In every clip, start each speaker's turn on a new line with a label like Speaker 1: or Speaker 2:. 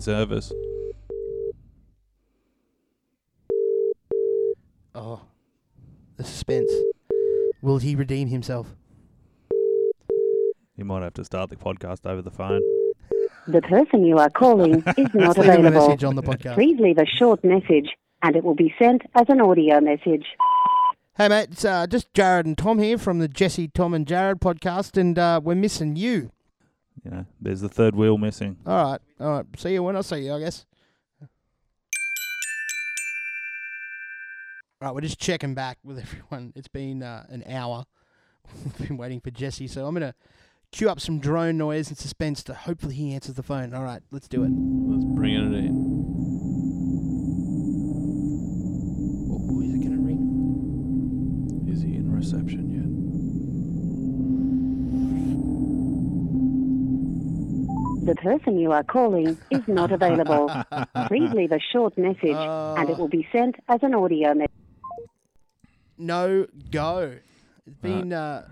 Speaker 1: service.
Speaker 2: Oh, the suspense. Will he redeem himself?
Speaker 1: You might have to start the podcast over the phone.
Speaker 3: The person you are calling is not
Speaker 2: Leave a
Speaker 3: available.
Speaker 2: message on the podcast.
Speaker 3: Please leave a short message and it will be sent as an audio message.
Speaker 2: Hey, mate, it's uh, just Jared and Tom here from the Jesse, Tom, and Jared podcast, and uh, we're missing you.
Speaker 1: You know, there's the third wheel missing.
Speaker 2: All right, all right. See you when I see you, I guess. All right, we're just checking back with everyone. It's been uh, an hour. We've been waiting for Jesse, so I'm gonna cue up some drone noise and suspense to hopefully he answers the phone. All right, let's do it.
Speaker 1: Let's bring it in.
Speaker 2: Oh, is it gonna ring?
Speaker 1: Is he in reception yet?
Speaker 3: The person you are calling is not available. Please leave a short message and it will be sent as an audio message.
Speaker 2: No go. It's been uh,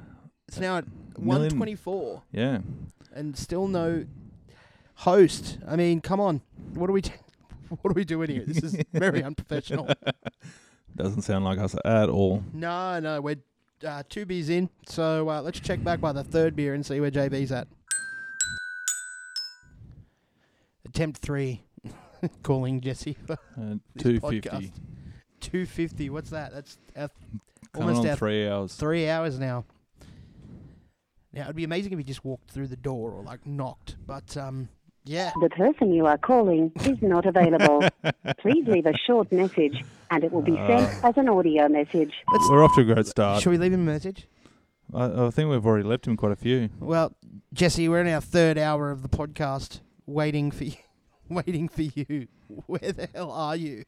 Speaker 2: it's now at
Speaker 1: Million-
Speaker 2: 124
Speaker 1: Yeah.
Speaker 2: and still no host. I mean, come on, what are we? what are we doing here? This is very unprofessional.
Speaker 1: Doesn't sound like us at all.
Speaker 2: No, no, we're uh, two beers in, so uh, let's check back by the third beer and see where JB's at. Attempt three, calling Jesse.
Speaker 1: Uh,
Speaker 2: This
Speaker 1: 250.
Speaker 2: podcast. Two fifty. What's that? That's our,
Speaker 1: Coming
Speaker 2: almost
Speaker 1: on
Speaker 2: our
Speaker 1: three hours.
Speaker 2: three hours now. Now it'd be amazing if he just walked through the door or like knocked, but um, yeah.
Speaker 3: The person you are calling is not available. Please leave a short message and it will be sent as an audio message.
Speaker 2: Let's.
Speaker 1: We're off to a great start.
Speaker 2: Should we leave him a message?
Speaker 1: I, I think we've already left him quite a few.
Speaker 2: Well, Jesse, we're in our third hour of the podcast, waiting for you. Waiting for you. Where the hell are you?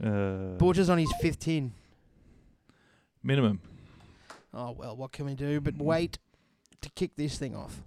Speaker 1: Uh,
Speaker 2: Borges on his fifth tin.
Speaker 1: minimum.
Speaker 2: Oh well, what can we do but wait to kick this thing off?